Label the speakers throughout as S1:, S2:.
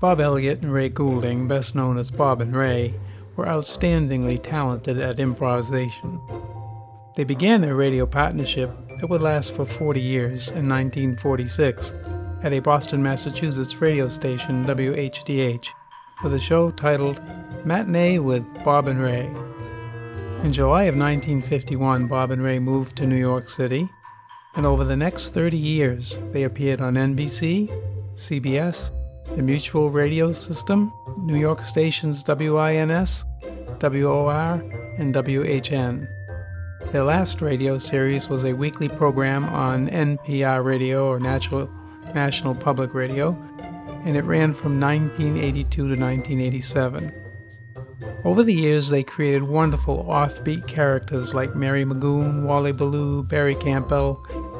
S1: Bob Elliott and Ray Goulding, best known as Bob and Ray, were outstandingly talented at improvisation. They began their radio partnership that would last for 40 years in 1946 at a Boston, Massachusetts radio station, WHDH, with a show titled Matinee with Bob and Ray. In July of 1951, Bob and Ray moved to New York City, and over the next 30 years, they appeared on NBC, CBS, the Mutual Radio System, New York stations WINS, WOR, and WHN. Their last radio series was a weekly program on NPR Radio or Natural, National Public Radio, and it ran from 1982 to 1987. Over the years, they created wonderful offbeat characters like Mary Magoon, Wally Ballou, Barry Campbell,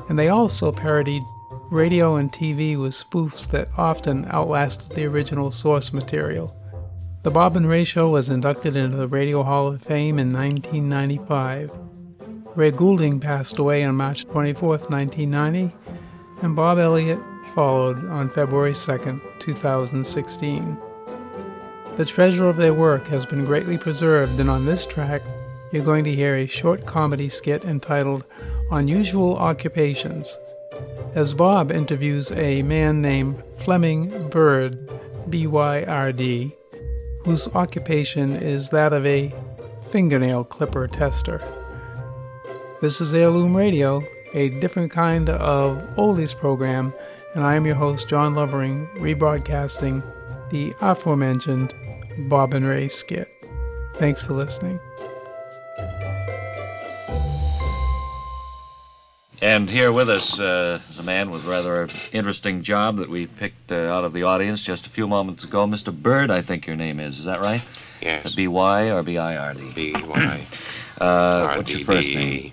S1: and they also parodied radio and TV with spoofs that often outlasted the original source material. The Bob and Ray Show was inducted into the Radio Hall of Fame in 1995. Ray Goulding passed away on March 24, 1990, and Bob Elliott followed on February 2, 2016. The treasure of their work has been greatly preserved, and on this track, you're going to hear a short comedy skit entitled Unusual Occupations as Bob interviews a man named Fleming Bird, B Y R D, whose occupation is that of a fingernail clipper tester. This is Heirloom Radio, a different kind of oldies program, and I am your host, John Lovering, rebroadcasting the aforementioned Bob and Ray skit. Thanks for listening.
S2: And here with us uh, is a man with rather an interesting job that we picked uh, out of the audience just a few moments ago. Mr. Bird, I think your name is. Is that right?
S3: Yes.
S2: B Y or B I R D?
S3: B Y.
S2: Uh,
S3: R
S2: What's your
S3: D
S2: first
S3: D
S2: name?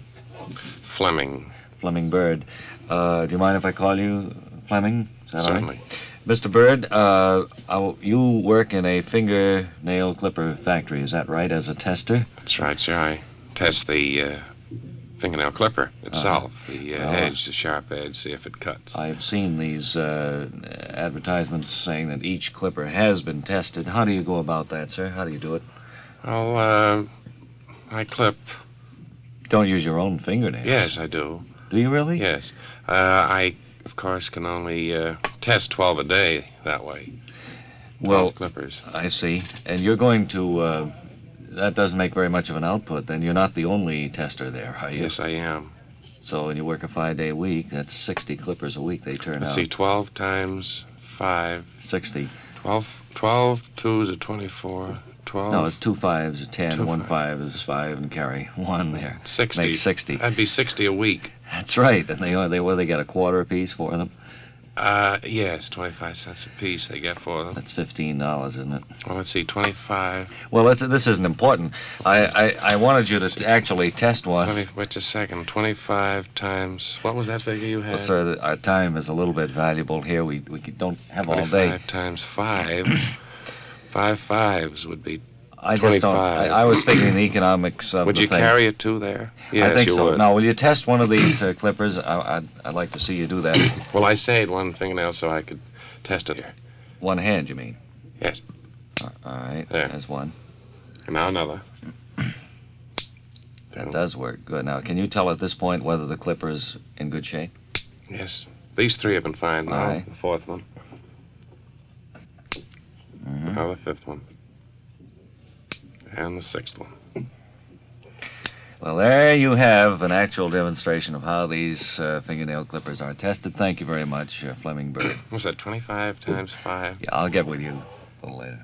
S3: Fleming.
S2: Fleming Bird. Uh, do you mind if I call you Fleming? Is that all right?
S3: Certainly.
S2: Mr. Bird, uh, I, you work in a fingernail clipper factory, is that right, as a tester?
S3: That's right, sir. I test the uh, fingernail clipper itself, the uh,
S2: Uh-huh.
S3: edge, the sharp edge, see if it cuts.
S2: I've seen these uh, advertisements saying that each clipper has been tested. How do you go about that, sir? How do you do it?
S3: I'll, uh, I clip.
S2: Don't use your own fingernails.
S3: Yes, I do.
S2: Do you really?
S3: Yes. Uh, I, of course, can only uh, test 12 a day that way. 12
S2: Well,
S3: clippers.
S2: I see. And you're going to. Uh, that doesn't make very much of an output. Then you're not the only tester there, are you?
S3: Yes, I am.
S2: So, and you work a five-day week. That's 60 clippers a week. They turn
S3: Let's
S2: out
S3: see, 12 times 5.
S2: 60.
S3: 12, 12 twos are 24. 12.
S2: No, it's two fives, a ten.
S3: Oh. Two
S2: one five is five, and carry one there.
S3: 60.
S2: Makes 60.
S3: That'd be 60 a week.
S2: That's right. And they they what they get a quarter apiece for them.
S3: Uh, yes, 25 cents a piece they get for them.
S2: That's fifteen dollars, isn't it?
S3: Well, let's see, 25.
S2: Well, that's, this isn't important. I, I I wanted you to t- actually test one.
S3: 20, wait a second. 25 times. What was that figure you had?
S2: Well, sir, th- our time is a little bit valuable here. We we don't have all
S3: 25
S2: day.
S3: times 5. five fives would be.
S2: I just don't. I,
S3: 25.
S2: I was thinking the economics of
S3: Would
S2: the
S3: you
S2: thing.
S3: carry a 2 there? Yes,
S2: I think
S3: you
S2: so.
S3: would.
S2: Now, will you test one of these uh, clippers? I, I'd, I'd like to see you do that.
S3: Well, I saved one fingernail so I could test it.
S2: one hand, you mean? Uh,
S3: Yes.
S2: All right.
S3: There.
S2: There's one.
S3: And now another. Mm-hmm.
S2: That does work. Good. Now, can you tell at this point whether the clipper is in good shape?
S3: Yes. These three have been fine now.
S2: Aye.
S3: The fourth one.
S2: Mhm.
S3: Now the fifth one. And the sixth one.
S2: Well, there you have an actual demonstration of how these uh, fingernail clippers are tested. Thank you very much, uh, Fleming Bird.
S3: What's that, 25 times 5?
S2: Yeah, I'll get with you a little later.